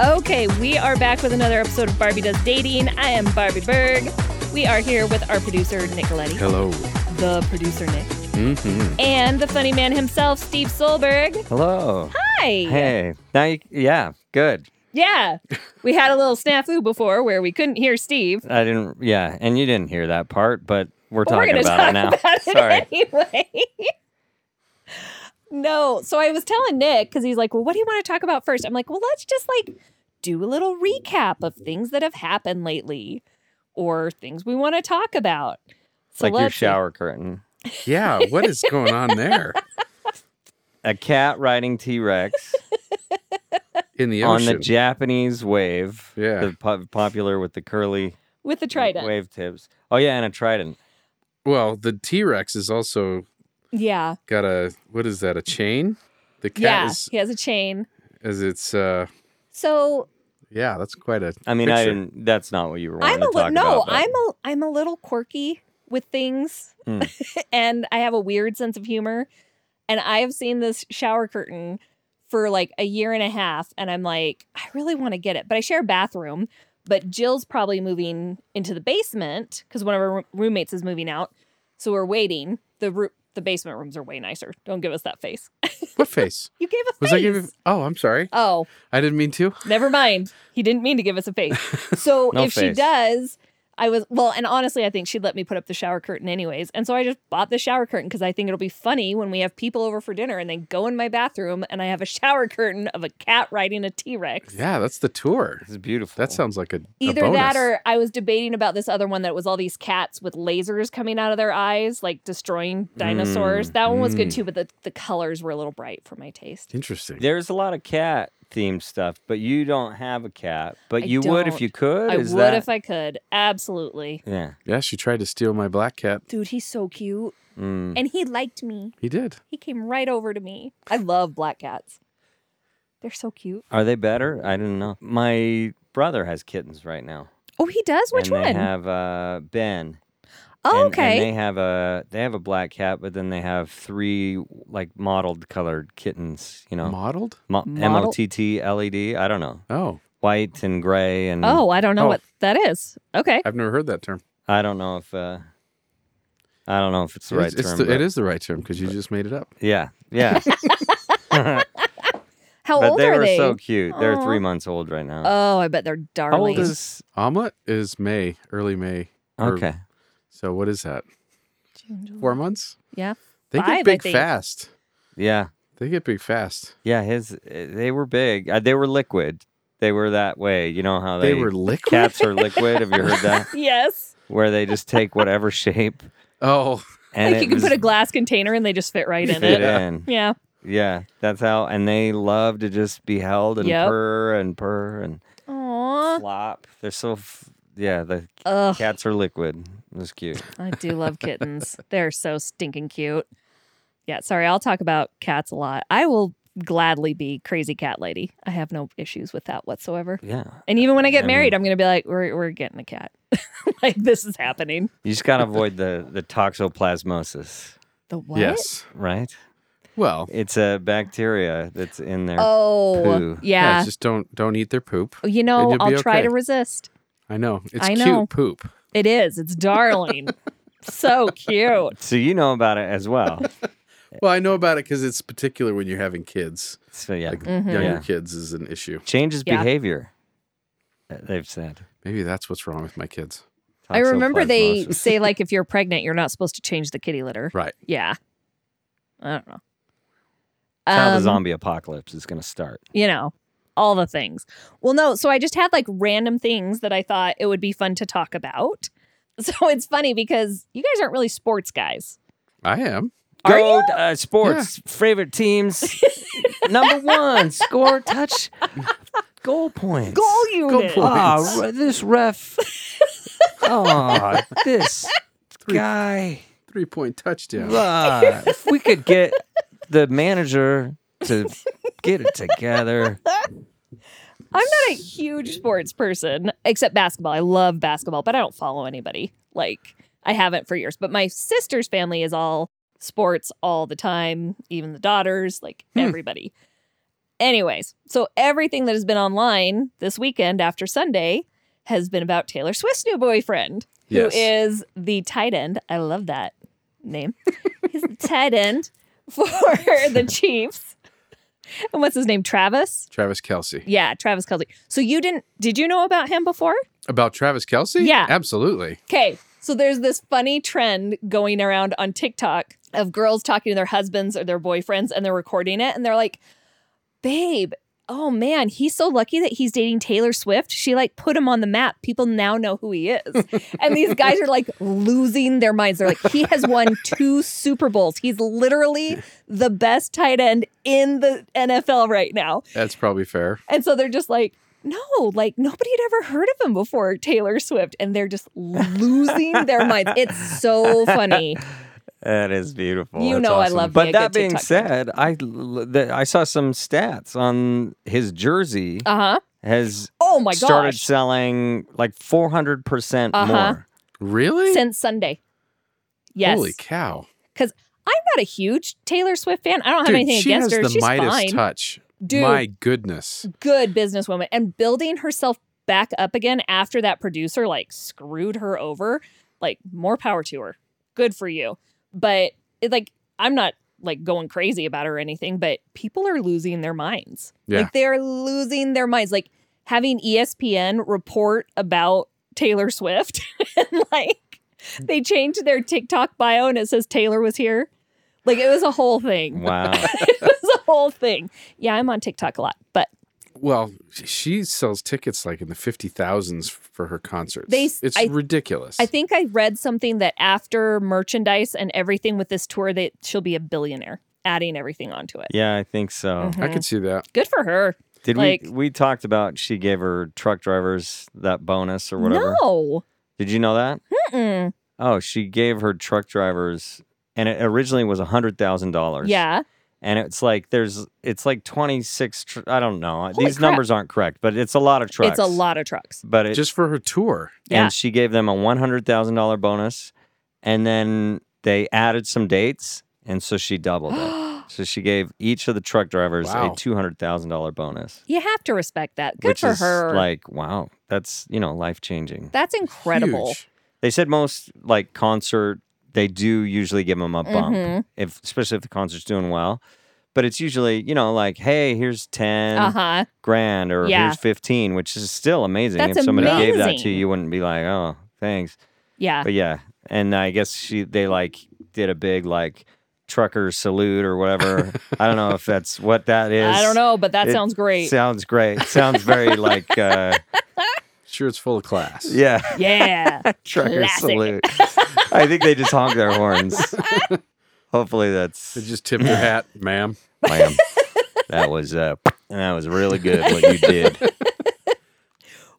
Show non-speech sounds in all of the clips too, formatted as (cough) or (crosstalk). Okay, we are back with another episode of Barbie Does Dating. I am Barbie Berg. We are here with our producer, Nicoletti. Hello. The producer, Nick. Mm-hmm. And the funny man himself, Steve Solberg. Hello. Hi. Hey. Now you, yeah, good. Yeah. We had a little snafu before where we couldn't hear Steve. I didn't, yeah, and you didn't hear that part, but we're But talking we're about gonna it now. talk (laughs) about it Sorry. anyway. (laughs) no, so I was telling Nick because he's like, "Well, what do you want to talk about first? I'm like, "Well, let's just like do a little recap of things that have happened lately, or things we want to talk about." It's So like your let's- shower curtain. Yeah, what is going on there A cat riding (laughs) T Rex in (laughs) the on the ocean? Japanese wave. Yeah. The po- popular with the curly with the trident. wave tips. Oh, yeah, and a trident. well, the T Rex has also Yeah, got a what is that? A chain? The cat yeah, is he has a chain. as it's uh So yeah, that's quite a I mean, I picture. didn't, that's not what you were I'm wanting a to little talk no, about. but- I'm a I'm a little quirky with things, Hmm. (laughs) and I have a weird sense of humor. And I have seen this shower curtain for like a year and a half, and I'm like, I really want to get it, but I share a bathroom. But Jill's probably moving into the basement because one of our roo- roommates is moving out, so we're waiting. the roo- The basement rooms are way nicer. Don't give us that face. (laughs) what face? You gave a face. Was I giving Oh, I'm sorry. oh, I didn't mean to. Never mind. He didn't mean to give us a face. So No if she face. does, I was well, and honestly, I think she'd let me put up the shower curtain anyways. And so I just bought the shower curtain because I think it'll be funny when we have people over for dinner and they go in my bathroom and I have a (laughs) shower curtain of a cat riding a T Rex. Yeah, that's the tour. This is beautiful. That sounds like a a Either that bonus. or I was debating about this other one that was all these cats with lasers coming out of their eyes, like destroying dinosaurs. Mm, that one was good mm. too, but the, the colors were a little bright for my taste. interesting. There's a lot of cat themed stuff, but you don't have a cat, but I you would don't. if you could. I would is that... if I could. Absolutely. Yeah. Yeah, she tried to steal my black cat. Dude, he's so cute. Mm. And he liked me. He did. He came right over to me. I love black cats. They're so cute. Are they better? I don't know. My brother has kittens right now. Oh, he does. Which and They one? have uh, Ben. oh, and, okay. And they mm. have a they have a black cat, but then they have three like mottled colored kittens. You know, Modeled? Mo- M Mottled- O T T L E D. I don't know. Oh, White and gray and oh, I don't know Oh. what that is. Okay. Uh, I've never heard that term. I don't know if uh, I don't know if it's the right It's- it's term. the- but- it is the right term because you just made it up. Yeah, (laughs) yeah. How (laughs) but old they are were they? so cute. They're Aw. three months old right now. oh, I bet they're How darling. old is? Omelet is May, early May. or- Okay. So what is that? June, July. Four months? Yeah. They Five, I get big think. fast. Yeah. They get big fast. Yeah, his uh, they were big. Uh, they were liquid. They were that way. You know how they, They, were liquid. cats are liquid. Have you heard (laughs) that? Yes. Where they just take whatever shape Oh, and like it you can put was a glass container and they just fit right in it. fit Yeah. in. Yeah. Yeah, that's how. And they love to just be held and Yep. purr and purr and Aw. flop. They're so. F- yeah, the Ugh. cats are liquid. That's cute. I do love kittens. (laughs) They're so stinking cute. Yeah, sorry, I'll talk about cats a lot. I will gladly be crazy cat lady. I have no issues with that whatsoever. Yeah, And even when I get I married, I'm gonna be like, we're we're getting a cat. (laughs) like this is happening. you just gotta avoid the the toxoplasmosis, The what? yes. right? Well, It's a bacteria that's in there. Oh, Poo. yeah. just don't don't eat their poop. you know, you'll I'll be try okay. to resist. I know it's I cute know. poop. It is. It's darling. (laughs) so cute. So you know about it as well. Well, I know about it because it's particular when you're having kids. So yeah, Like Mhm. younger Yeah. kids is an issue. changes Yeah. behavior. uh, They've said. Maybe that's what's wrong with my kids. I remember they Toxoplasmosis. say (laughs) like if you're pregnant, you're not supposed to change the kitty litter. Right. Yeah. I don't know. That's how the Um, zombie apocalypse is going to start. you know, all the things. Well, no, so I just had like random things that I thought it would be fun to talk about. (laughs) So it's funny because you guys aren't really sports guys. I am. Are Go uh, sports (laughs) favorite teams. Number one, score touch, goal points. Goal unit. points. Oh, this ref. oh, this guy. Three point touchdown. Ah, if we could get the manager to get (laughs) it together. I'm not a huge sports person except basketball. I love basketball, but I don't follow anybody. Like I haven't for years. But my sister's family is all sports all the time, even the daughters, like everybody. Anyways, so everything that has been online this weekend after Sunday has been about Taylor Swift's new boyfriend, Yes. who is the tight end. I love that name. (laughs) He's the tight end for (laughs) the Chiefs. And what's his name? Travis? Travis Kelsey. Yeah, Travis Kelsey. So you didn't did you know about him before? About Travis Kelsey? Yeah. Absolutely. Okay, so there's this funny trend going around on TikTok of girls talking to their husbands or their boyfriends and they're recording it and they're like, babe, oh man, he's so lucky that he's dating Taylor Swift. She like put him on the map. People now know who he (laughs) is. and these guys are like losing their minds. They're like, he has won two Super Bowls. He's literally the best tight end in the NFL right now. That's probably fair. And so they're just like, no, like nobody had ever heard of him before, Taylor Swift. And they're just losing their minds. It's so funny. (laughs) That is beautiful. You That's know I awesome. love me But a that good being TikTok said, I l- th- I saw some stats on his jersey Uh huh. has Oh my started gosh. selling like 400 percent Uh-huh. (laughs) more. Really? Since Sunday. Yes. Holy cow. I'm not a huge Taylor Swift fan. I don't have Dude, anything she against has her. the She's Midas fine. touch. Dude, My goodness. good businesswoman. And building herself back up again after that producer like screwed her over, like more power to her. Good for you. But it, like, I'm not like going crazy about her or anything, but people are losing their minds. Yeah. Like they're losing their minds. Like having E ESPN report about Taylor Swift (laughs) and like they changed their TikTok bio and it says Taylor was here. Like it was a whole thing. Wow. (laughs) it was a whole thing. Yeah, I'm on TikTok a lot, but Well, she sells tickets like in the 50,000s for her concerts. They s- it's I- ridiculous. I think I read something that after merchandise and everything with this tour that she'll be a billionaire adding everything onto it. yeah, I think so. I could see that. Good for her. Did Mm-hmm. Like- we we talked about she gave her truck drivers that bonus or whatever? No. Did you know that? Mm-mm. Oh, she gave her truck drivers and it originally was $100,000. Yeah. and it's like there's it's like 26 tr- i don't know Holy these crap. numbers aren't correct but it's a lot of trucks It's a lot of trucks. but it Just for her tour. Yeah. and she gave them a $100000 bonus and then they added some dates and so she doubled (gasps) it so she gave each of the truck drivers a Wow. $200000 bonus You have to respect that. Good which for is her. like wow that's you know life changing That's incredible. Huge. they said most like concert they do usually give them a bump Mhm. if especially if the concert's doing well but it's usually you know like hey here's 10 Uh huh. grand or Yeah. here's 15 which is still amazing That's if somebody gave that to amazing. you you wouldn't be like oh thanks Yeah. (laughs) but yeah and i guess she they like did a big like trucker salute or (laughs) whatever i don't know if that's what that is I don't know, but that it sounds great. sounds great sounds very (laughs) like uh Sure, it's full of class. (laughs) yeah (laughs) yeah. trucker Classic. salute i think they just honk their (laughs) horns hopefully that's (laughs) They just tip their hat, ma'am. Bam. that was uh that was really good what you (laughs) did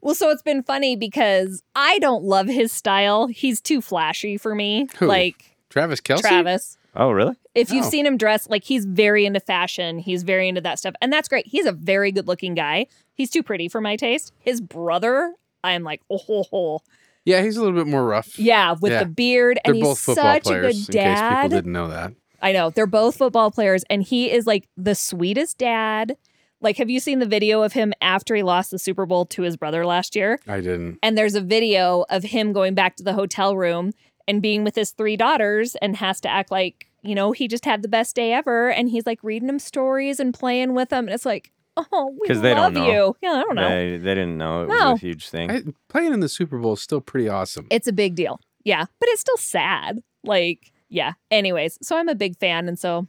Well, so it's been funny because I don't love his style. He's too flashy for me. Who? Like Travis Kelsey? Travis. oh really If you've Oh. seen him dress, like he's very into fashion, he's very into that stuff, and that's great. He's a very good looking guy. He's too pretty for my taste. His brother, I am like, oh, ho, ho. Yeah, he's a little bit more rough. yeah, with Yeah. the beard, They're and both he's football such players, a good in case people dad. didn't know that. I know they're both football players, and he is like the sweetest dad. Like, have you seen the video of him after he lost the Super Bowl to his brother last year? I didn't. And there's a video of him going back to the hotel room and being with his three daughters and has to act like, you know, he just had the best day ever. And he's like reading them stories and playing with them. And it's like, oh, we 'Cause they love don't know. you. Yeah, I don't know. They, they didn't know it No. was a huge thing I, playing in the Super Bowl is still pretty awesome. It's a big deal. Yeah. But it's still sad. Like, yeah. Anyways, so I'm a big fan. And so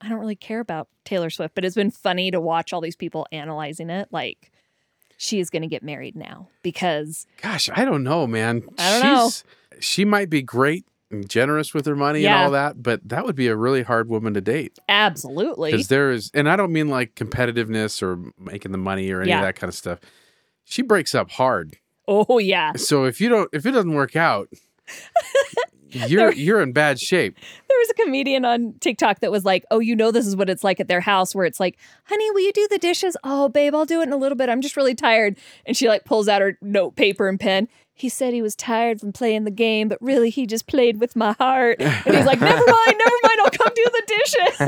I don't really care about Taylor Swift, but it's been funny to watch all these people analyzing it. Like, she is going to get married now because Gosh, I don't know, man. I don't know. know. She might be great and generous with her money Yeah. and all that, but that would be a really hard woman to date absolutely. because there is, and I don't mean like competitiveness or making the money or any Yeah. of that kind of stuff. She breaks up hard, Oh, yeah. so if you don't, if it doesn't work (laughs) out, you're you're in bad shape. There was a comedian on TikTok that was like, "Oh, you know this is what it's like at their house where it's like, "Honey, will you do the dishes?" "Oh, babe, I'll do it in a little bit. I'm just really tired." And she like pulls out her note paper and pen. He said he was tired from playing the game, but really he just played with my heart. And he's like, "Never mind, never mind. I'll come do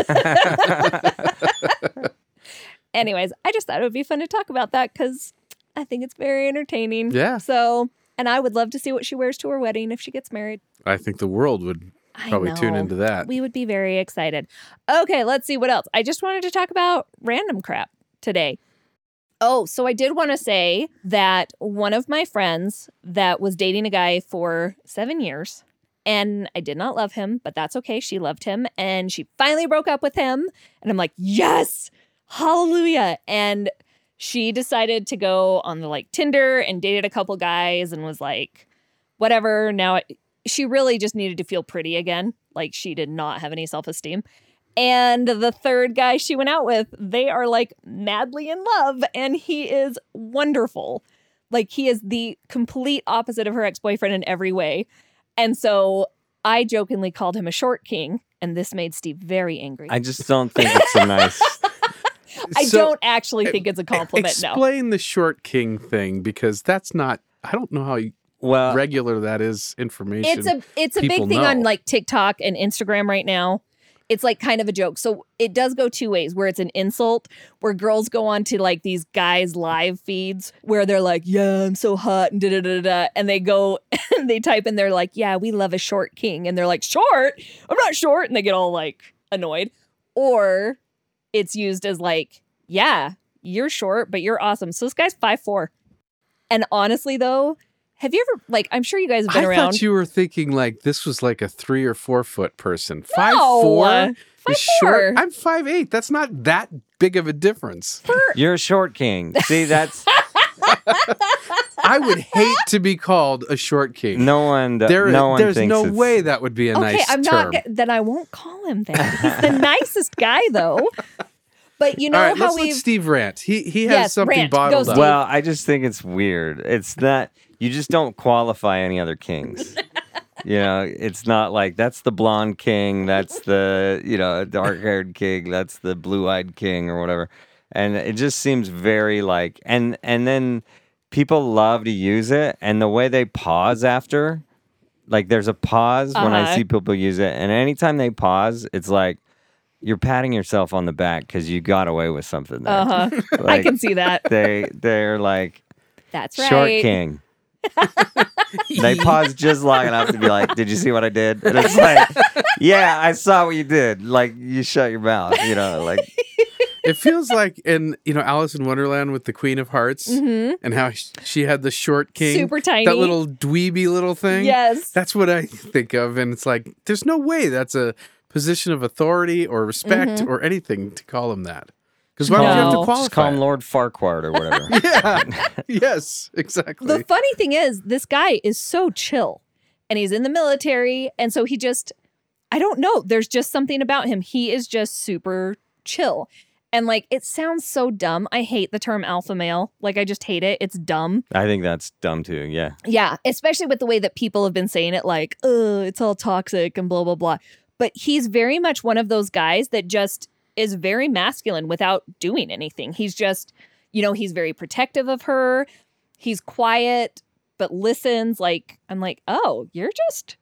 the dishes." (laughs) Anyways, I just thought it would be fun to talk about that because I think it's very entertaining. Yeah. So, and I would love to see what she wears to her wedding if she gets married. I think the world would I probably tune know. into that. We would be very excited. Okay, let's see what else. I just wanted to talk about random crap today. Oh, so I did want to say that one of my friends that was dating a guy for seven years, and I did not love him, but that's okay. She loved him, and she finally broke up with him. And I'm like, yes, hallelujah. And she decided to go on the like Tinder and dated a couple guys and was like, whatever. Now I- she really just needed to feel pretty again. Like she did not have any self esteem. And the third guy she went out with, they are like madly in love and he is wonderful. Like he is the complete opposite of her ex boyfriend in every way. And so I jokingly called him a short king. And this made Steve very angry. I just don't think it's a (laughs) nice. I So, e don't actually think it's a compliment. no. Explain the short king thing because that's not. I don't know how Well, regular that is information. It's a it's a big people thing on know. like TikTok and Instagram right now. It's like kind of a joke. So it does go two ways where it's an insult where girls go on to like these guys live feeds where they're like, "Yeah, I'm so hot." and da da da da and they go (laughs) and they type in they're like, "Yeah, we love a short king." and they're like, "Short? I'm not short." and they get all like annoyed. Or it's used as like, "Yeah, you're short, but you're awesome." So this guy's 5'4. And honestly though, have you ever like I'm sure you guys have I been around thought you were thinking like this was like a three or four foot person. Five No. four is Five four. short. I'm five eight. That's not that big of a difference. you're a short king. See, that's I would hate to be called a short king. no one. There- no one there's thinks no it's- way that would be a okay, nice I'm term. not. ge- Then I won't call him that. He's (laughs) the nicest guy, though. But you know All right, how let's we let Steve rant. He he has Yes, something rant. Go, bottled Steve. up. Well, I just think it's weird. It's not. You just don't qualify any (laughs) other kings. you know, it's not like that's the blonde king, that's the you know dark haired king, that's the blue eyed king or whatever. And it just seems very like and and then people love to use it and the way they pause after like there's a pause when Uh-huh. I see people use it and anytime they pause it's like you're patting yourself on the back because you got away with something there. Uh-huh. I (laughs) Like- can see that. they they're like That's right. (laughs) short king. they pause just long enough to be like, "Did you see what I did?" And it's like, "Yeah, I saw what you did." Like you shut your mouth, you know. Like it feels like in you know Alice in Wonderland with the Queen of Hearts Mhm. and how sh- she had the short king, Super tiny. that little dweeby little thing. Yes. That's what I think of, and it's like there's no way that's a position of authority or respect or anything to call him that. Because why would you have Mm-hmm. No. just to call qualify? him it? Lord Farquhar (laughs) or whatever. yeah. (laughs) yes. Exactly. The funny thing is, this guy is so chill, and he's in the military, and so he just, I don't know. There's just something about him. He is just super chill, and like it sounds so dumb. I hate the term alpha male. Like I just hate it. It's dumb. I think that's dumb too. Yeah, Yeah, especially with the way that people have been saying it, like, oh, it's all toxic and blah, blah, blah. But he's very much one of those guys that just is very masculine without doing anything. He's just, you know, he's very protective of her. He's quiet, but listens. Like, I'm like, oh, you're just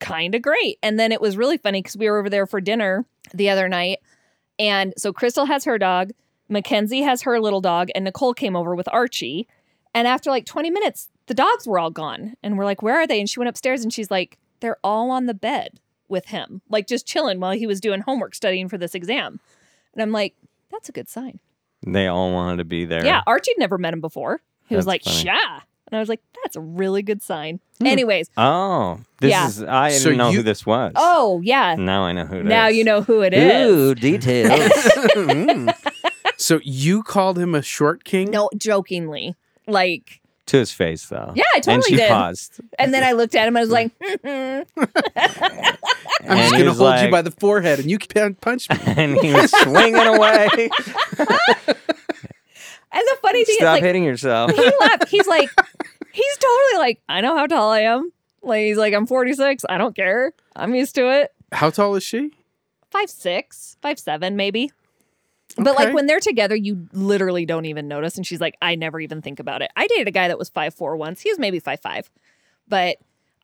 kind of great. And then it was really funny because we were over there for dinner the other night. And so Crystal has her dog, Mackenzie has her little dog, and Nicole came over with Archie. And after like 20 minutes, the dogs were all gone. And we're like, where are they? And she went upstairs and she's like, they're all on the bed with him, like just chilling while he was doing homework, studying for this exam. And I'm like, that's a good sign. they all wanted to be there. Yeah, Archie'd never met him before. He was like, That's funny. Hmm. yeah. And I was like, that's a really good sign. Anyways, Oh, this Yeah. is. I didn't So know you- who this was. oh, yeah. now I know who. Hmm. it is. now you know who it is. Ooh, details. (laughs) Mm. (laughs) so you called him a short king? No, jokingly. Like, to his face though. yeah, I totally and she did. paused. And then I looked at him (laughs) and I was like, "Mhm." I'm just And gonna he's hold you like- by the forehead and you can't (laughs) punch me. (laughs) and he was (laughs) swinging away. and the funny thing Stop is, like, hitting yourself. he left. He's like, he's totally like, I know how tall I am. Like he's like, I'm 46. I don't care. I'm used to it. How tall is she? Five six, five seven, maybe. But like Okay. when they're together, you literally don't even notice. And she's like, I never even think about it. I dated a guy that was five four once. He was maybe five five, but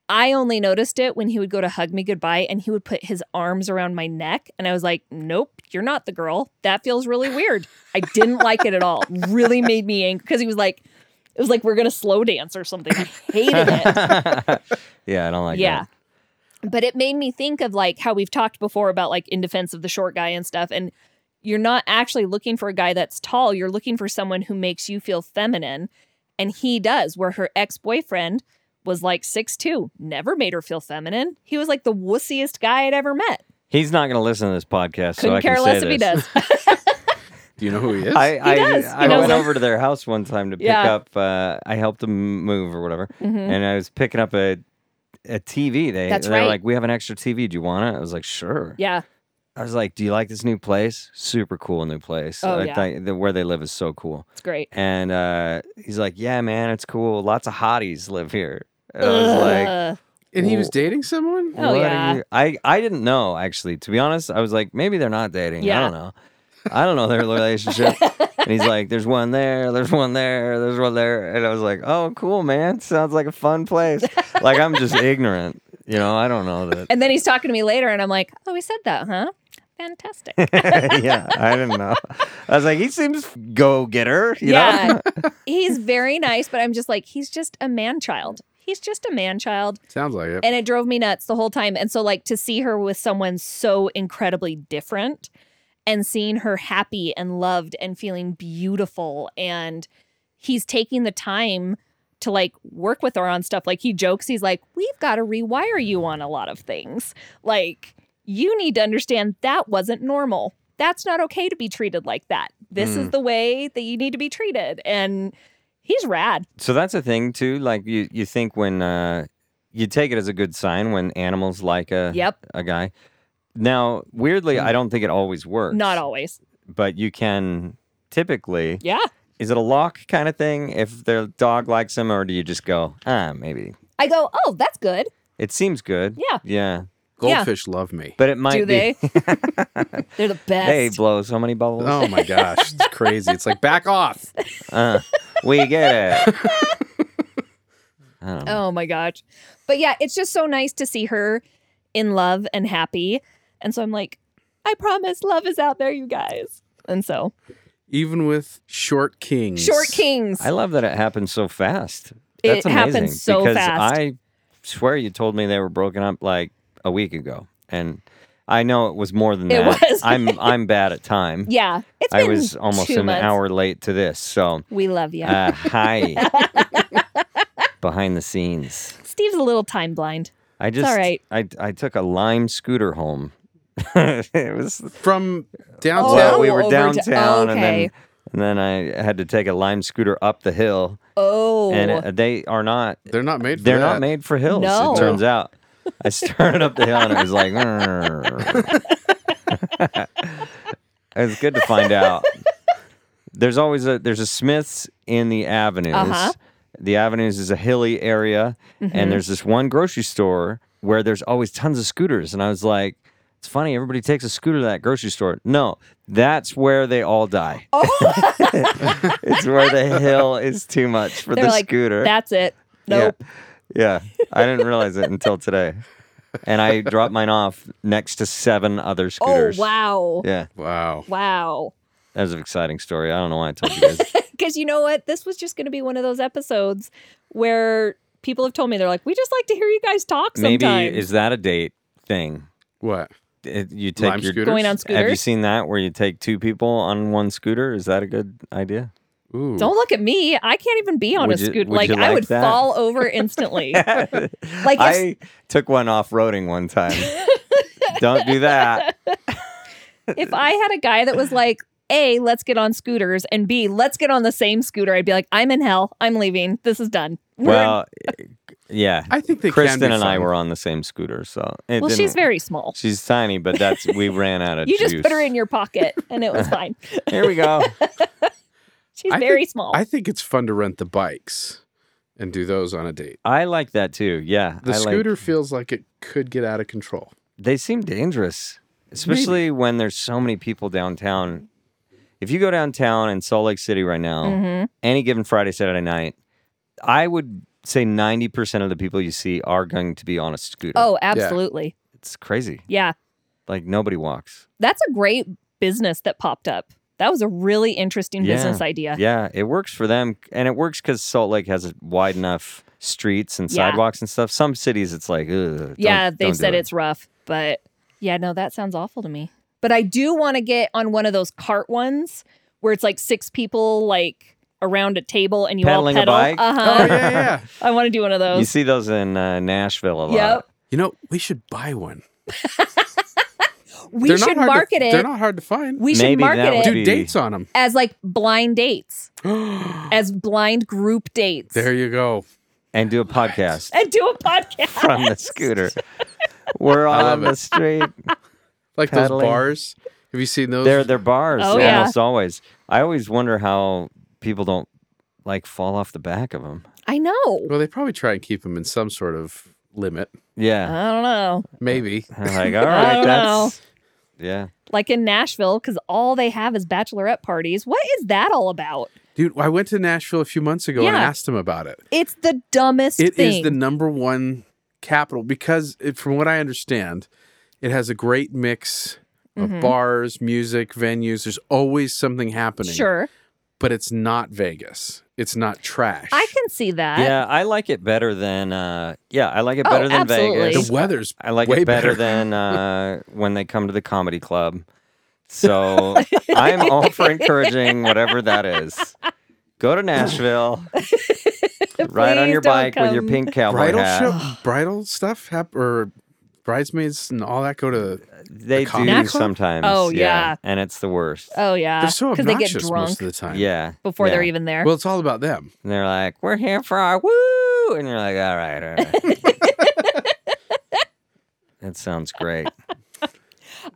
I only noticed it when he would go to hug me goodbye and he would put his arms around my neck. And I was like, Nope, you're not the girl. That feels really weird. I didn't like it at all. Really made me angry because he was like, it was like we're gonna slow dance or something. I hated it. (laughs) yeah, I don't like yeah. that. But it made me think of like how we've talked before about like in defense of the short guy and stuff. And you're not actually looking for a guy that's tall. You're looking for someone who makes you feel feminine. And he does, where her ex boyfriend was like 6'2, never made her feel feminine. He was like the wussiest guy I'd ever met. He's not going to listen to this podcast, so Couldn't I can care say less this. if he does. Do you know who he (laughs) is? I, I, does. He I knows went us. over to their house one time to pick Yeah. up. Uh, I helped them move or whatever, (laughs) Mhm. and I was picking up a a TV. They That's they're right. like, "We have an extra TV. Do you want it?" I was like, "Sure." Yeah. I was like, "Do you like this new place? Super cool new place. Oh, I yeah. think the, where they live is so cool." It's great. And uh, he's like, "Yeah, man, it's cool. Lots of hotties live here." And I was like, Ugh. and he was Well- dating someone? Oh, what are yeah. you- I I didn't know actually. To be honest, I was like, maybe they're not dating. I Yeah. don't know. I don't know their relationship. and he's like, there's one there, there's one there, there's one there. And I was like, oh, cool, man. Sounds like a fun place. like I'm just ignorant. You know, I don't know that. and then he's talking to me later, and I'm like, oh, he said that, huh? Fantastic. (laughs) yeah, I didn't know. I was like, he seems go getter. You know? yeah. (laughs) he's very nice, but I'm just like, he's just a man child. He's just a man child. Sounds like it. And it drove me nuts the whole time. And so, like, to see her with someone so incredibly different and seeing her happy and loved and feeling beautiful, and he's taking the time to like work with her on stuff. Like, he jokes, he's like, We've got to rewire you on a lot of things. Like, you need to understand that wasn't normal. That's not okay to be treated like that. This is the way that you need to be treated. And he's rad. So that's a thing too. Like you, you think when uh, you take it as a good sign when animals like a Yep. Mm. a guy. Now, weirdly, I don't think it always works. Not always. but you can typically. Yeah. Is it a lock kind of thing if their dog likes them, or do you just go ah maybe I go, Oh, that's good. it seems good? Yeah. Yeah, yeah. Goldfish love me. but it might Do be. (laughs) they? They're the best. They blow so many bubbles. Oh my (laughs) gosh, it's crazy. It's like back off. Uh, we get (laughs) it. I don't know. Oh my gosh. But yeah, it's just so nice to see her in love and happy. And so I'm like, I promise love is out there, you guys. And so, Even with short kings. Short Kings. I love that it happened so fast. It That's happened amazing so because fast. I swear you told me they were broken up like a week ago, and I know it was more than It that. was. (laughs) I'm I'm bad at time. yeah, it's I been was almost two an months. hour late to this, so We love you. uh, hi. (laughs) Behind the scenes, Steve's a little time blind. I just all right. I I took a lime scooter home. (laughs) it was From downtown. well, we Oh, were over to- downtown, okay. and then and then I had to take a lime scooter up the hill, Oh, and uh, they are not They're not made for They're that. not made for hills. No. It turns out. I started up the hill and it was like. "Grrr." it was good to find out. There's always a there's a Smiths in the avenues. Uh-huh. Mm-hmm. The avenues is a hilly area, and there's this one grocery store where there's always tons of scooters, and I was like. It's funny, everybody takes a scooter to that grocery store. No, that's where they all die. Oh. (laughs) it's where the hill is too much for they're the like, scooter. that's it. Nope. Yeah. yeah. (laughs) I didn't realize it until today. And I dropped mine off next to seven other Oh, scooters. wow. Yeah. Wow. Wow. That was an exciting story. I don't know why I told (laughs) you guys. Because you know what? This was just going to be one of those episodes where people have told me, they're like, we just like to hear you guys talk Maybe sometimes. is that a date thing? What? It- you take Lime your scooters? Going on Have you scooters? seen that where you take two people on one scooter? Is that a good idea? Ooh. Don't look at me. I can't even be on Would a you- scooter. would like, you I like would that? fall over (laughs) instantly. (laughs) like if, I took one off roading (laughs) one time. don't do that. if I had a guy that was like, A, let's get on scooters, and B, let's get on the same scooter, I'd be like, I'm in hell. I'm leaving. This is done. We're- Well, yeah. I think they Kristen can be and I fun. were on the same scooter, so it well, didn't- she's very small. she's tiny, but that's (laughs) we ran out of You juice. just put her in your pocket, and it (laughs) was fine. Here (laughs) we go. She's I very think- small. I think it's fun to rent the bikes and do those on a date. I like that too. Yeah, The I like- scooter feels like it could get out of control. they seem dangerous, especially when there's so many people downtown. If you go downtown in Salt Lake City right now, Mhm. any given Friday, Saturday night, I would say ninety percent of the people you see are going to be on a scooter. Oh, absolutely. it's crazy. Yeah. Like nobody walks. That's a great business that popped up. That was a really interesting Yeah. business idea. Yeah, it works for them, and it works because Salt Lake has wide enough streets and Yeah. sidewalks and stuff. Some cities, it's like, Ugh, don't- yeah, don't they've do said it. it's rough, but yeah, no, that sounds awful to me. But I do want to get on one of those cart ones where it's like six people like around a table and you Pedaling a all pedal. bike? Uh-huh. Oh yeah, yeah. (laughs) I want to do one of You those. see those in uh, Nashville a lot. Yep. You know, we should buy one. We They're not should hard to- market They're it. not hard to find. we should Maybe that market would it Do be- dates on them. as like blind dates, (gasps) as blind group dates, there you go. and do a podcast (laughs) and do a podcast from the scooter. We're I love on the it. street. Like Paddling. those bars. Have you seen those? They're they're bars Oh, yeah. almost always. I always wonder how people don't like fall off the back of them. (laughs) I know. well, they probably try and keep them in some sort of limit. Yeah, I don't know. Maybe. I'm like all Uh, (laughs) I right, don't that's yeah. Like in Nashville, because all they have is bachelorette parties. What is that all about? Dude, I went to Nashville a few months ago and Yeah. asked them about it. It's the dumbest It is thing. the number one capital because, it, from what I understand, it has a great mix of Mhm. bars, music, venues. There's always something happening. Sure. But it's not Vegas. It's not trash. I can see that. Yeah, I like it better than uh yeah, I like it Oh, better than absolutely. Vegas. the weather's I like way it better, better. (laughs) than uh when they come to the comedy club. (laughs) So I'm all for encouraging whatever that is. Go (laughs) to Nashville. ride on Please your don't bike with your come. pink cowboy bridal (gasps) hat. show, bridal stuff, hap- or bridesmaids and all that go to. Uh, They The do comedy club? sometimes. Oh, yeah. And it's the worst. Oh yeah. They're so they get obnoxious most drunk of the time. yeah. before they're yeah. even there. Well, it's all about them. And they're like, we're here for our woo. And you're like, all right, all right. (laughs) that sounds great.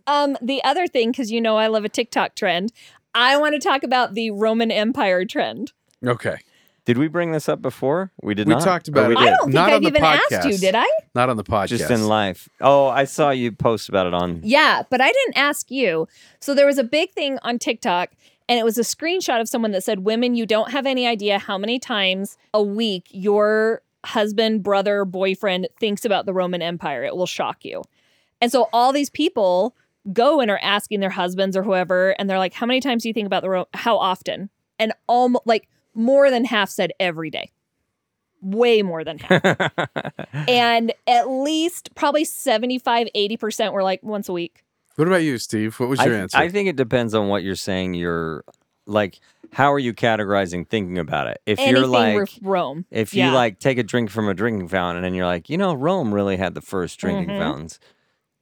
um, the other thing, because you know I love a TikTok trend, I want to talk about the Roman Empire trend. Okay. Did we bring this up before? We did We not. talked Or about we it. I did? don't think Not on I've the even asked you, podcast. did I? Not on the podcast. just in life. Oh, I saw you post about it on. Yeah, but I didn't ask you. So there was a big thing on TikTok, and it was a screenshot of someone that said, Women, you don't have any idea how many times a week your husband, brother, boyfriend thinks about the Roman Empire. It will shock you. And so all these people go and are asking their husbands or whoever, and they're like, How many times do you think about the Ro- how often? And almost like more than half said every day. Way more than (laughs) half. and at least probably 75, 80% were like once a week. What about you, Steve? What was your I, answer? I think it depends on what you're saying. You're like, how are you categorizing thinking about it? If anything you're like, with Rome. if Yeah. you like take a drink from a drinking fountain and you're like, you know, Rome really had the first drinking Mhm. fountains.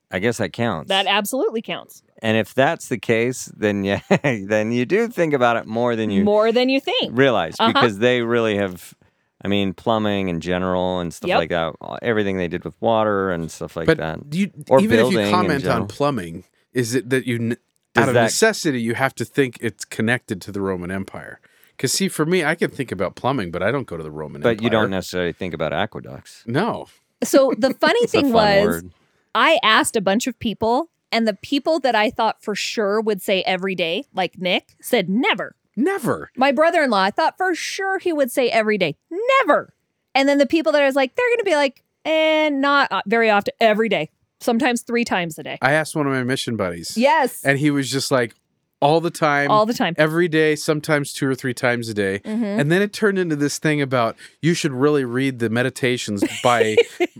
I guess that counts. That absolutely counts. and if that's the case, then yeah, (laughs) then you do think about it more than you More than you think. realize Uh-huh. because they really have. I mean, plumbing in general and stuff Yep. like that. Everything they did with water and stuff like but that. do you, Or even if building in you comment general. on plumbing, is it that you, n- Does out of that- necessity, you have to think it's connected to the Roman Empire? Because see, for me, I can think about plumbing, but I don't go to the Roman But Empire. you don't necessarily think about aqueducts. No. So the (laughs) funny It's a thing fun was, word. I asked a bunch of people, and the people that I thought for sure would say every day, like Nick, said never. Never. My brother in law, I thought for sure he would say every day, never. And then the people that I was like, they're going to be like, and not uh, very often, every day, sometimes three times a day. I asked one of my mission buddies. Yes. And he was just like, all the time. all the time. every day, sometimes two or three times a day. Mhm. And then it turned into this thing about you should really read the meditations by (laughs)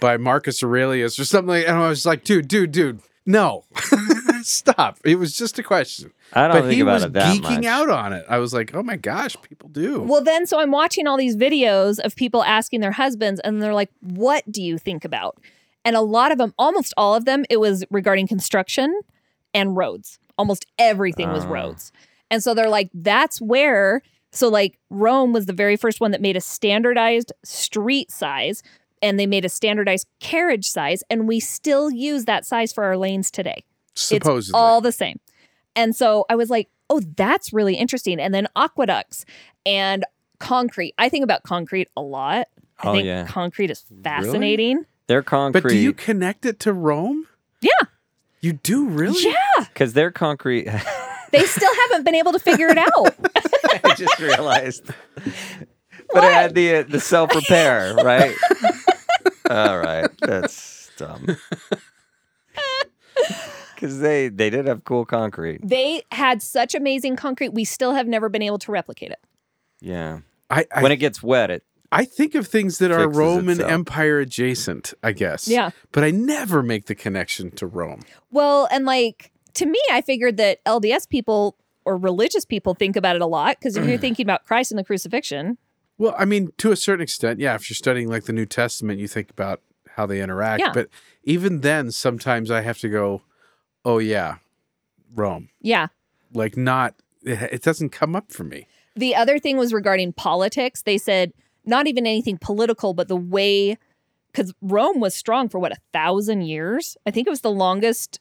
by Marcus Aurelius or something. Like, and I was like, dude, dude, dude, no, (laughs) stop. It was just a question. I don't but think he about was it that geeking much. out on it. I was like, oh my gosh, people do. Well, then, so I'm watching all these videos of people asking their husbands, and they're like, What do you think about? And a lot of them, almost all of them, it was regarding construction and roads. Almost everything was Ah. roads. And so they're like, That's where. So, like, Rome was the very first one that made a standardized street size, and they made a standardized carriage size, and we still use that size for our lanes today. Supposedly. It's all the same. And so I was like, oh, that's really interesting. And then aqueducts and concrete. I think about concrete a lot. I Oh, think yeah. concrete is fascinating. They're concrete. but do you connect it to Rome? Yeah. You do really? Yeah. Because they're concrete. (laughs) They still haven't been able to figure it out. (laughs) I (laughs) just realized. But I had the uh, the (laughs) self repair, right? (laughs) All right, that's dumb. because they they did have cool concrete. They had such amazing concrete. We still have never been able to replicate it. Yeah, I I, when it gets wet, it I think of things that are fixes Roman itself. Empire adjacent, I guess. Yeah. But I never make the connection to Rome. Well, and like to me, I figured that LDS people or religious people think about it a lot because (clears throat) if you're thinking about Christ and the crucifixion, Well, I mean, to a certain extent, yeah. If you're studying like the New Testament, you think about how they interact. Yeah. But even then, sometimes I have to go, oh, yeah, Rome. yeah. Like, not, it, it doesn't come up for me. The other thing was regarding politics. They said not even anything political, but the way because Rome was strong for what a thousand years. I think it was the longest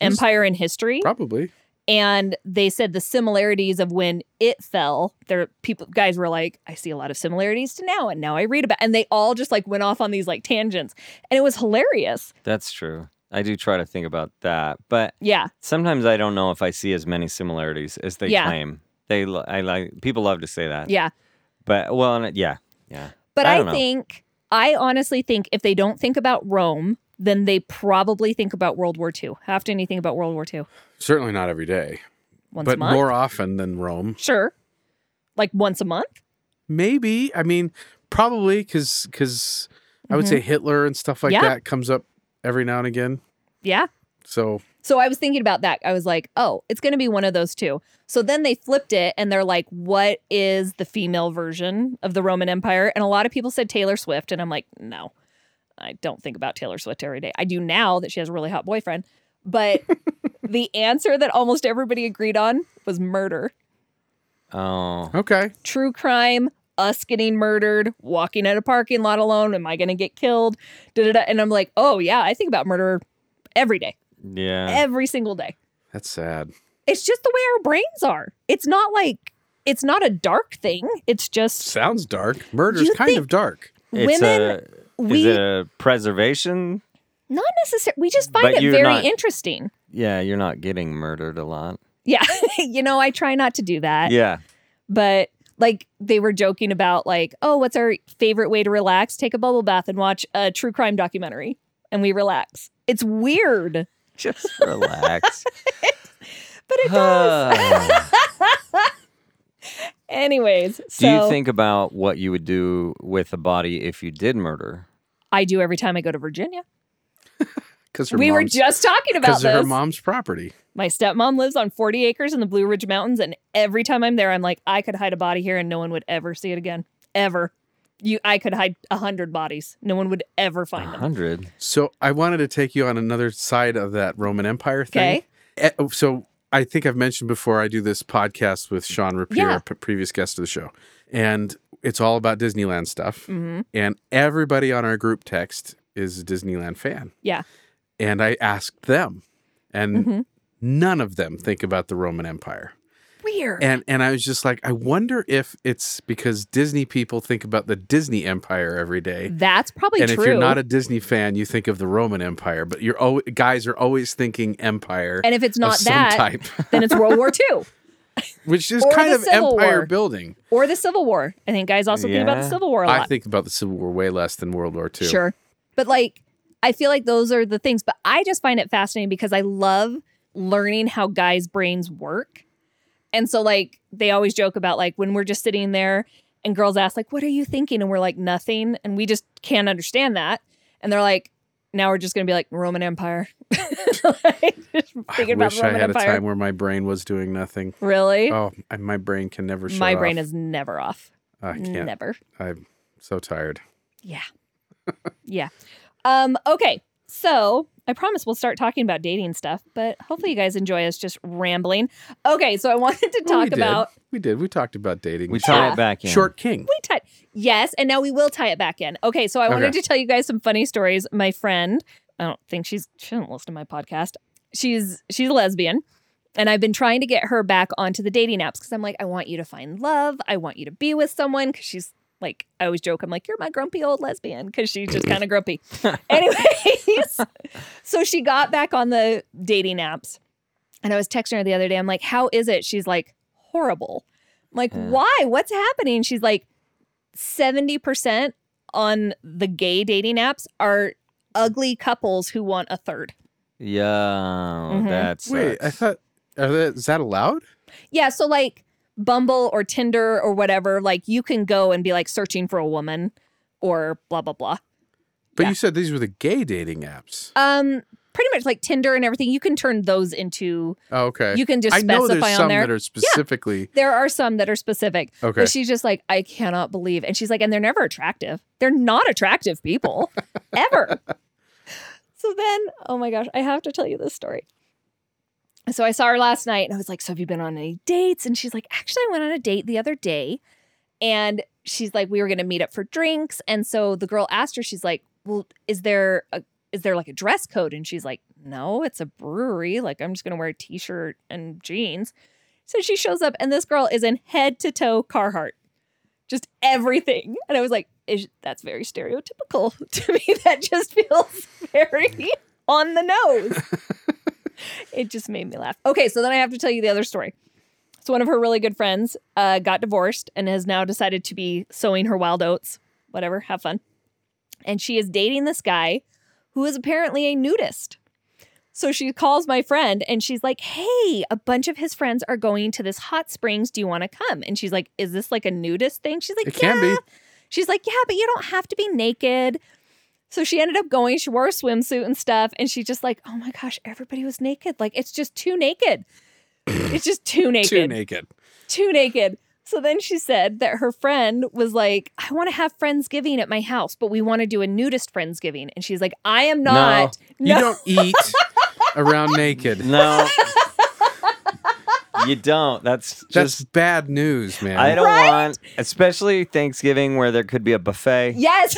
was- empire in history. Probably. and they said the similarities of when it fell there people guys were like i see a lot of similarities to now and now i read about and they all just like went off on these like tangents and it was hilarious that's true. I do try to think about that, but yeah sometimes I don't know if I see as many similarities as they Yeah. claim. They lo- I like people love to say that. yeah But well, and it- yeah, yeah. but I i, don't know. think i honestly think if they don't think about rome then they probably think about world war ii how often do you think about world war ii Certainly not every day, once a but month more often than Rome. sure like once a month Maybe. I mean, probably because because I would say Hitler and stuff like Mm-hmm. Yeah. that comes up every now and again. yeah So So I was thinking about that. I was like, oh, it's going to be one of those two. So then they flipped it and they're like, what is the female version of the Roman Empire? And a lot of people said Taylor Swift. And I'm like, no, I don't think about Taylor Swift every day. I do now that she has a really hot boyfriend. But the answer that almost everybody agreed on was murder, Oh, okay, true crime. Us getting murdered, walking in a parking lot alone. Am I going to get killed? Da-da-da. And I'm like, oh, yeah, I think about murder every day, yeah. every single day. that's sad. It's just the way our brains are. It's not like it's not a dark thing. It's just Sounds dark. Murder's You kind think- of dark. It's women. a- is we it a preservation? not necessarily. We just find But it you're very not- interesting. (laughs) Yeah, you're not getting murdered a lot. Yeah, you know, I try not to do that. Yeah, But like they were joking about like, oh, what's our favorite way to relax? Take a bubble bath and watch a true crime documentary, and we relax. It's weird, (laughs) just relax. but it does. (laughs) Huh. Anyways, (sighs) do so you think about what you would do with a body if you did murder? I do every time I go to Virginia. Because We were just talking about because of this. her mom's property. My stepmom lives on 40 acres in the Blue Ridge Mountains, and every time I'm there, I'm like, I could hide a body here, and no one would ever see it again, ever. You, I could hide a hundred bodies, no one would ever A find them. hundred. So I wanted to take you on another side of that Roman Empire thing. Okay, Eh, oh, So I think I've mentioned before I do this podcast with Sean Rapier, Yeah. a p- previous guest of the show, and it's all about Disneyland stuff. hmm And everybody on our group text is a Disneyland fan. Yeah. And I asked them, and Mhm. none of them think about the Roman Empire. weird. And and I was just like, I wonder if it's because Disney people think about the Disney Empire every day. That's probably and true. if you're not a Disney fan, you think of the Roman Empire, but you're al- guys are always thinking empire and if it's of not some that, type, (laughs) then it's World War II which is or kind the of Civil empire War. building. or the Civil War. I think guys also think about the Yeah. Civil War a lot. I think about the Civil War way less than World War II. Sure. But like, I feel like those are the things. But I just find it fascinating because I love learning how guys' brains work. And so, like, they always joke about like when we're just sitting there and girls ask, like, what are you thinking? And we're like, nothing. And we just can't understand that. And they're like, now we're just going to be like, Roman Empire. (laughs) like, just I thinking about Ah, wish the I Roman had a Empire. time where my brain was doing nothing. Really? Oh, I, my brain can never shut My brain off. is never off. I can't. Never. I'm so tired. Yeah. yeah. Um, okay. So I promise we'll start talking about dating stuff, but hopefully you guys enjoy us just rambling. Okay, so I (laughs) wanted to (laughs) Well, we talk did. about We did. We talked about dating. We tie Yeah. it back in. Short King. we tied yes, and now we will tie it back in. Okay, so I wanted Okay. to tell you guys some funny stories. My friend, I don't think she's she doesn't listen to my podcast. She's she's a lesbian. And I've been trying to get her back onto the dating apps because I'm like, I want you to find love. I want you to be with someone because she's like, I always joke, I'm like, you're my grumpy old lesbian because she's (laughs) just kind of grumpy. Anyways, so she got back on the dating apps. And I was texting her the other day. I'm like, how is it? She's like, horrible. I'm like, Yeah. why? What's happening? She's like, 70% on the gay dating apps are ugly couples who want a third. Yeah, Mhm. that's Wait, I thought are that is that allowed? Yeah, so like Bumble or Tinder or whatever, like you can go and be like searching for a woman or blah blah blah. But Yeah. you said these were the gay dating apps. Um pretty much like Tinder and everything, you can turn those into Oh, okay. you can just I know there's specify on some there. that are specifically there are some that are specific. okay. But she's just like, I cannot believe. And she's like, and they're never attractive. They're not attractive people ever. So then, oh my gosh, I have to tell you this story. So I saw her last night and I was like, So have you been on any dates? And she's like, Actually, I went on a date the other day. And she's like, We were going to meet up for drinks. And so the girl asked her, She's like, Well, is there a is there like a dress code? And she's like, no, it's a brewery. Like, I'm just going to wear a t shirt and jeans. So she shows up, and this girl is in head to toe Carhartt, just everything. And I was like, is, that's very stereotypical (laughs) to me. That just feels (laughs) very on the (laughs) nose. it just made me laugh. Okay, so then I have to tell you the other story. So one of her really good friends uh, got divorced and has now decided to be sowing her wild oats. Whatever, have fun. And she is dating this guy who is apparently a nudist. So she calls my friend and she's like, Hey, a bunch of his friends are going to this hot springs. Do you want to come? And she's like, Is this like a nudist thing? She's like, It can be. "Yeah." She's like, Yeah, but you don't have to be naked. So she ended up going, she wore a swimsuit and stuff. And she just like, Oh my gosh, everybody was naked. Like, it's just too (coughs) naked. it's just too naked too naked. (laughs) too naked. So then she said that her friend was like, I want to have Friendsgiving at my house, but we want to do a nudist Friendsgiving. And she's like, I am No. not. You don't eat around (laughs) (laughs) naked. No. you don't. That's just That's bad news, man. I don't Right? want especially Thanksgiving where there could be a buffet. (laughs) (laughs) Yes.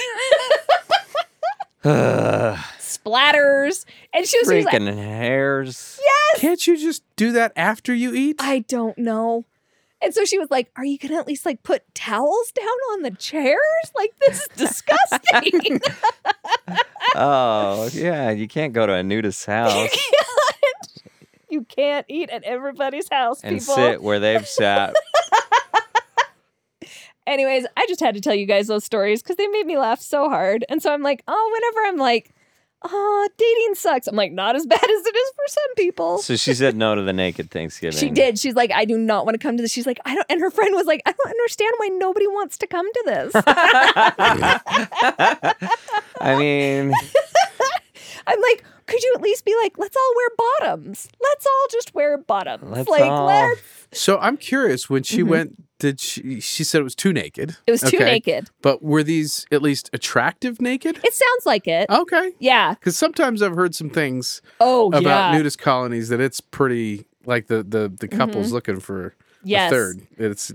Ugh, Splatters. And she was, she was like, Uh, Freaking hairs. Can't you just do that after you eat? I don't know. And so she was like, Are you going to at least like put towels down on the chairs? Like, this is (laughs) disgusting. (laughs) Oh, yeah. You can't go to a nudist (laughs) house you can't eat at everybody's house, and people. sit where (laughs) they've sat. Anyways, I just had to tell you guys those stories because they made me laugh so hard. And so I'm like, oh, whenever I'm like, oh, dating sucks, I'm like, not as bad as it is for some people. So she said no to the naked Thanksgiving. She did. She's like, I do not want to come to this. She's like, I don't. And her friend was like, I don't understand why nobody wants to come to (laughs) this. I (laughs) mean, I'm like, could you at least be like, let's all wear bottoms. Let's all just wear bottoms. Let's like, all- So I'm curious when she Mm-hmm. went did she she said it was too naked. It was too Okay. naked. But were these at least attractive naked? It sounds like it. Okay. yeah. Cuz sometimes I've heard some things Oh, about yeah. Mm-hmm. nudist colonies that it's pretty like the the the couple's looking for yes. a third. It's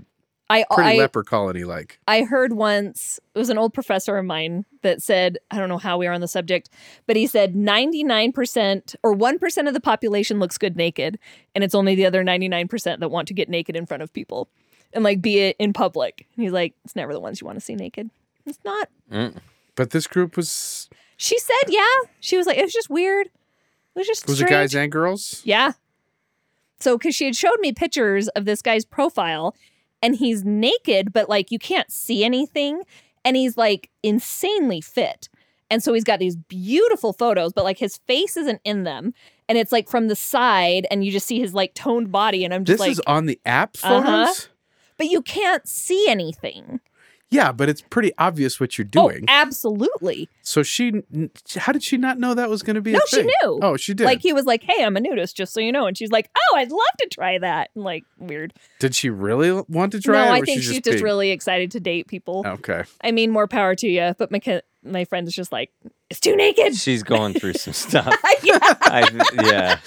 I, pretty I, leper colony like. I heard once, it was an old professor of mine that said, I don't know how we are on the subject, but he said 99% or 1% of the population looks good naked. And it's only the other 99% that want to get naked in front of people and like be it in public. And he's like, it's never the ones you want to see naked. It's not. mm, But this group was She said, yeah. She was like, it was just weird. It was just was it strange. guys and girls? Yeah. So, because she had showed me pictures of this guy's profile and he's naked, but like you can't see anything. And he's like insanely fit. And so he's got these beautiful photos, but like his face isn't in them. And it's like from the side and you just see his like toned body. And I'm just This like, is on the app Uh-huh. photos? but you can't see anything. Yeah, but it's pretty obvious what you're Oh, doing. absolutely. so she n- how did she not know that was going to be No, a she thing? knew. Oh, she did. Like he was like, hey, I'm a nudist, just so you know. And she's like, oh, I'd love to try that. And like, weird. Did she really l- want to try no, it? I or think she she's just, being- really excited to date people. Okay. I mean, more power to you. But my ki- my friend is just like, it's too naked. (laughs) she's going through some stuff. yeah, I, yeah.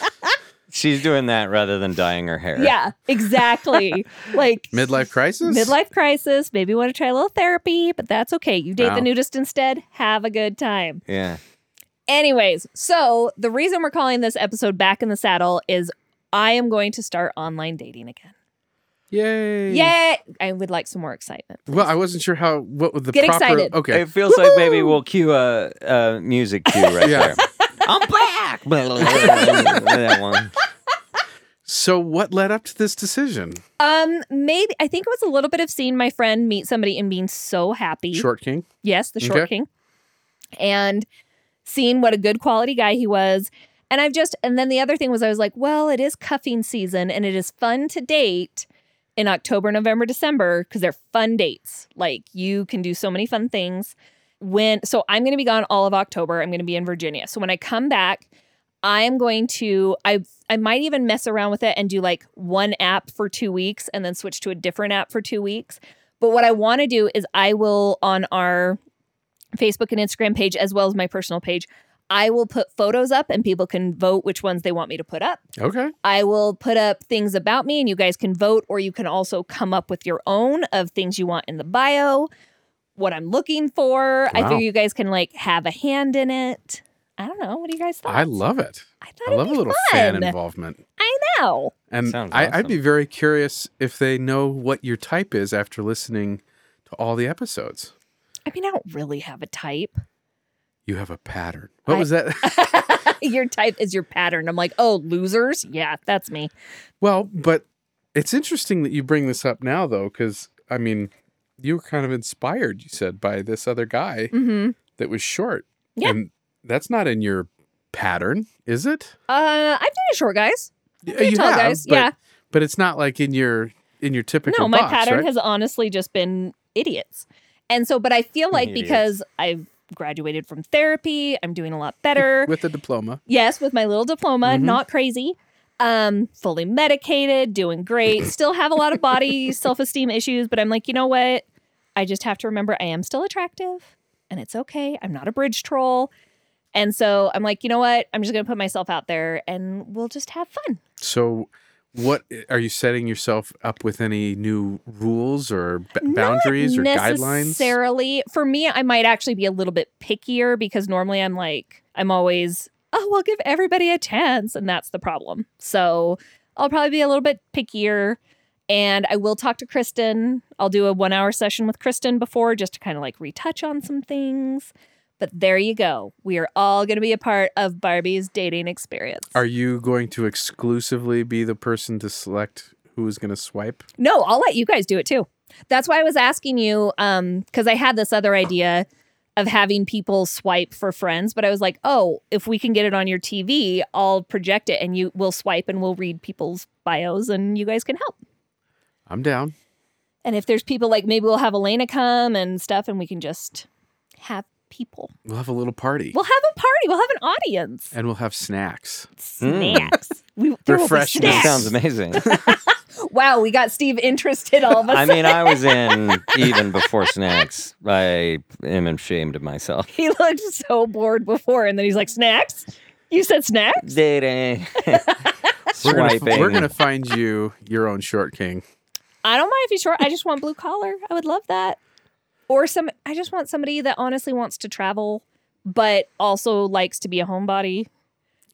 She's doing that rather than dyeing her hair. yeah, exactly. Like Midlife crisis? midlife crisis. Maybe want to try a little therapy, but that's okay. You date the No. nudist instead. Have a good time. Yeah. Anyways, so the reason we're calling this episode "Back in the Saddle" is I am going to start online dating again. Yay. Yay! I would like some more excitement. Well, I wasn't sure how, what was the Get proper. excited. Okay. It feels like maybe we'll cue a, a music cue right Yeah. (laughs) there. I'm back. that one. So, what led up to this decision? Um, maybe I think it was a little bit of seeing my friend meet somebody and being so happy. Short King? Yes, the Short Okay. King. And seeing what a good quality guy he was. And I've just, and then the other thing was I was like, well, it is cuffing season and it is fun to date in October, November, December because they're fun dates. Like you can do so many fun things. When, so I'm going to be gone all of October. I'm going to be in Virginia. So when I come back, I am going to, I, I might even mess around with it and do like one app for two weeks and then switch to a different app for two weeks. But what I want to do is I will on our Facebook and Instagram page, as well as my personal page, I will put photos up and people can vote which ones they want me to put up. Okay. I will put up things about me and you guys can vote, or you can also come up with your own of things you want in the bio, what I'm looking for. I Wow. think you guys can like have a hand in it. I don't know. What do you guys think? I love it. I I thought love a it'd be little fun. fan involvement. now. And Sounds I, I'd awesome. be very curious if they know what your type is after listening to all the episodes. I mean, I don't really have a type. (laughs) You have a pattern. What I- was that? (laughs) your type is your pattern. I'm like, oh, losers? Yeah, that's me. well, but it's interesting that you bring this up now, though, because I mean, you were kind of inspired, you said, by this other guy Mm-hmm. that was short. Yeah. And that's not in your pattern, is it? Uh, I've dated short guys. Yeah, dated tall guys. but, yeah. But it's not like in your in your typical No, my box, pattern right? has honestly just been idiots. And so, but I feel like Idiots. because I've graduated from therapy, I'm doing a lot better. with a diploma. yes, with my little diploma, Mhm. not crazy. Um, fully medicated, doing (clears throat) great. Still have a lot of body self-esteem issues, but I'm like, you know what? I just have to remember I am still attractive and it's okay. I'm not a bridge troll. And so I'm like, you know what? I'm just gonna put myself out there and we'll just have fun. So, what are you setting yourself up with any new rules or b- boundaries or guidelines? necessarily for me i might actually be a little bit pickier because normally i'm like i'm always oh well give everybody a chance and that's the problem so i'll probably be a little bit pickier and i will talk to kristen i'll do a one hour session with kristen before just to kind of like retouch on some things but there you go we are all going to be a part of barbie's dating experience Are you going to exclusively be the person to select who is going to swipe? No, I'll let you guys do it too. That's why I was asking you, um, because I had this other idea of having people swipe for friends, but I was like, oh, if we can get it on your TV, I'll project it and you will swipe and we'll read people's bios and you guys can help. I'm down. And if there's people like maybe we'll have Elena come and stuff and we can just have people. We'll have a little party We'll have a party. We'll have an audience. and we'll have snacks. Snacks. We, there will be Refreshments. snacks. This sounds amazing. Wow, we got Steve interested all of a I sudden. mean, I (laughs) was in even before snacks. I am ashamed of myself. He looked so bored before, and then he's like, "Snacks? You said snacks? (laughs) Dating, We're gonna f- swiping. We're going to find you your own short king. I don't mind if he's short. I just want blue collar. I would love that. Or some. I just want somebody that honestly wants to travel, but also likes to be a homebody.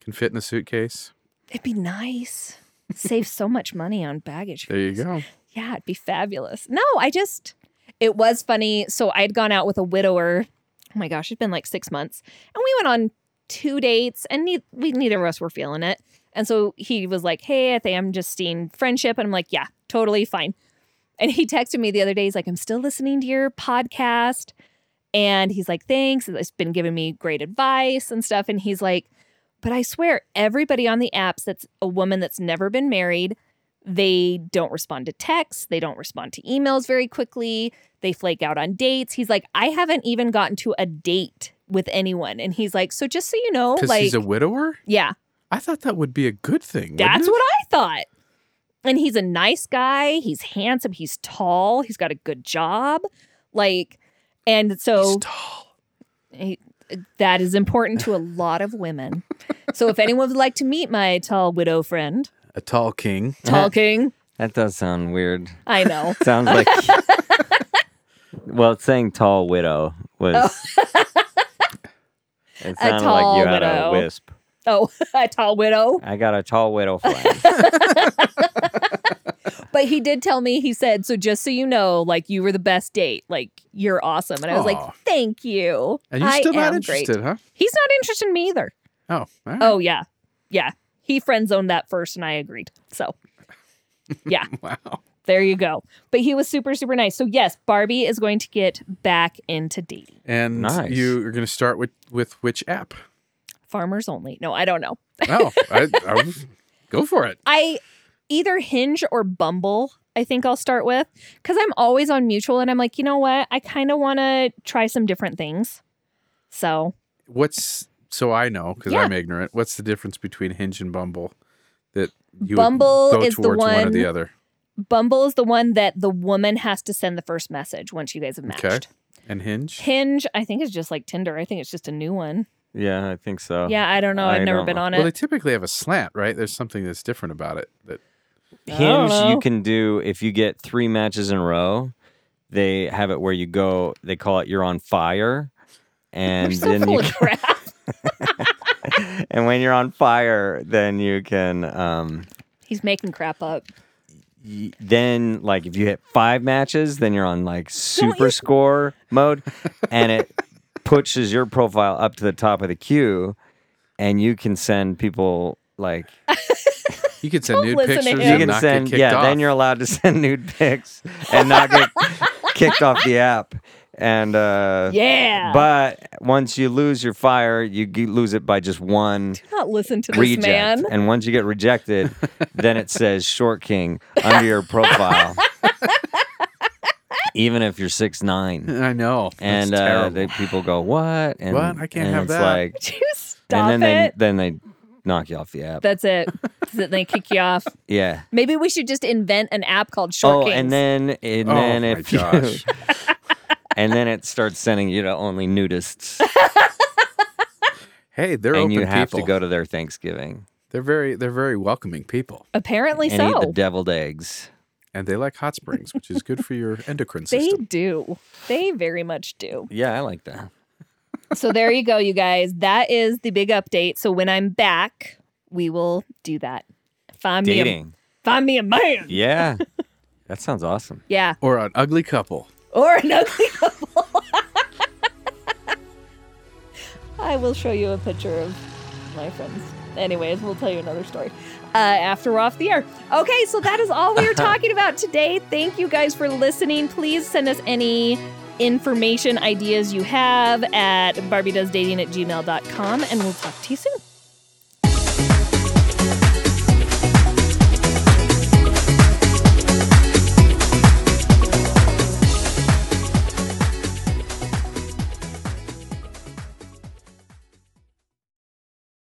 Can fit in a suitcase. It'd be nice. Save so much money on baggage. There you fees. go. Yeah, it'd be fabulous. No, I just, it was funny. So I'd gone out with a widower. Oh my gosh, it's been like six months. And we went on two dates, and ne- we neither of us were feeling it. And so he was like, Hey, I think I'm just seeing friendship. And I'm like, Yeah, totally fine. And he texted me the other day. He's like, I'm still listening to your podcast. And he's like, Thanks. It's been giving me great advice and stuff. And he's like, But I swear, everybody on the apps that's a woman that's never been married they don't respond to texts. They don't respond to emails very quickly. They flake out on dates. He's like, I haven't even gotten to a date with anyone. And he's like, so just so you know, Because like, he's a widower? yeah, I thought that would be a good thing. wouldn't that's it? what I thought. And he's a nice guy. He's handsome. He's tall. He's got a good job. Like, and so He's tall. he- that is important to a lot of women. so if anyone would like to meet my tall widow (laughs) friend, A tall king. tall king, That does sound weird. I know. (laughs) Sounds like. well, it's saying tall widow was. It sounded Oh. tall like you had widow. a wisp. Oh, (laughs) a tall widow. I got a (laughs) tall widow friend. But he did tell me, he said, so just so you know, like you were the best date. Like you're awesome. And I was Aw. like, thank you. And you're I still not am great." interested, huh? He's not interested in me either. Oh, all right. Oh, yeah. Yeah. He friend zoned that first and I agreed. (laughs) So wow. there you go. But he was super, super nice. So, yes, Barbie is going to get back into dating. And (laughs) Nice. you are going to start with with which app? Farmers only. No, I don't know. No, I, I would- go for it. I either Hinge or Bumble, I think I'll start with because I'm always on mutual and I'm like, you know what? I kind of want to try some different things. So What's so I know because Yeah. I'm ignorant. What's the difference between Hinge and Bumble? That you would Bumble go is the towards or the one- other, Bumble is the one that the woman has to send the first message once you guys have matched. Okay. and Hinge. Hinge, I think is just like Tinder. I think it's just a new one. Yeah, I think so. yeah, I don't know. I've I never don't been know. on Well, they it. typically have a slant, right? There's something that's different about it. That I don't Hinge know. you can do if you get three matches in a row, they have it where you go, they call it you're on fire. (laughs) And You're so then full you of (laughs) crap. (laughs) and when you're on fire, then you can um He's making crap up. y- then like if you hit five matches, then you're on like super score mode, and (laughs) it pushes your profile up to the top of the queue, and you can send people like you could send Don't nude listen to him. pictures and Yeah, you can not send get kicked yeah. off. Then you're allowed to (laughs) send nude pics and not get kicked off the app, and uh, Yeah. But once you lose your fire, you g- lose it by just one not listen to this reject. man. (laughs) And once you get (laughs) rejected, then it says short king under your (laughs) profile. Even if you're six nine. (laughs) I know. And that's uh, terrible. they, people go, What? And What? I can't and have it's that. Like, Would you stop and then it? they then they knock you off the app. That's it. Then they kick you (laughs) off. yeah. Maybe we should just invent an app called Short Oh, Kings. and then and oh then my if you gosh, (laughs) and then it starts sending you to only (laughs) nudists, hey, they're and open you have people. to go to their Thanksgiving They're very, they're very welcoming people, Apparently and eat the so. deviled eggs. and they like hot springs, which is good for your endocrine They system. do. They very much do. Yeah, I like that. So there you go, you guys. That is the big update. So when I'm back, we will do that. Find me Dating. a find me a man. Yeah, that sounds awesome. Yeah. Or an ugly couple. Or an ugly couple. I will show you a picture of my friends. Anyways, we'll tell you another story uh, after we're off the air. Okay, so that is all we are talking about today. Thank you guys for listening. Please send us any information, ideas you have at barbiedoesdating at gmail.com, and we'll talk to you soon.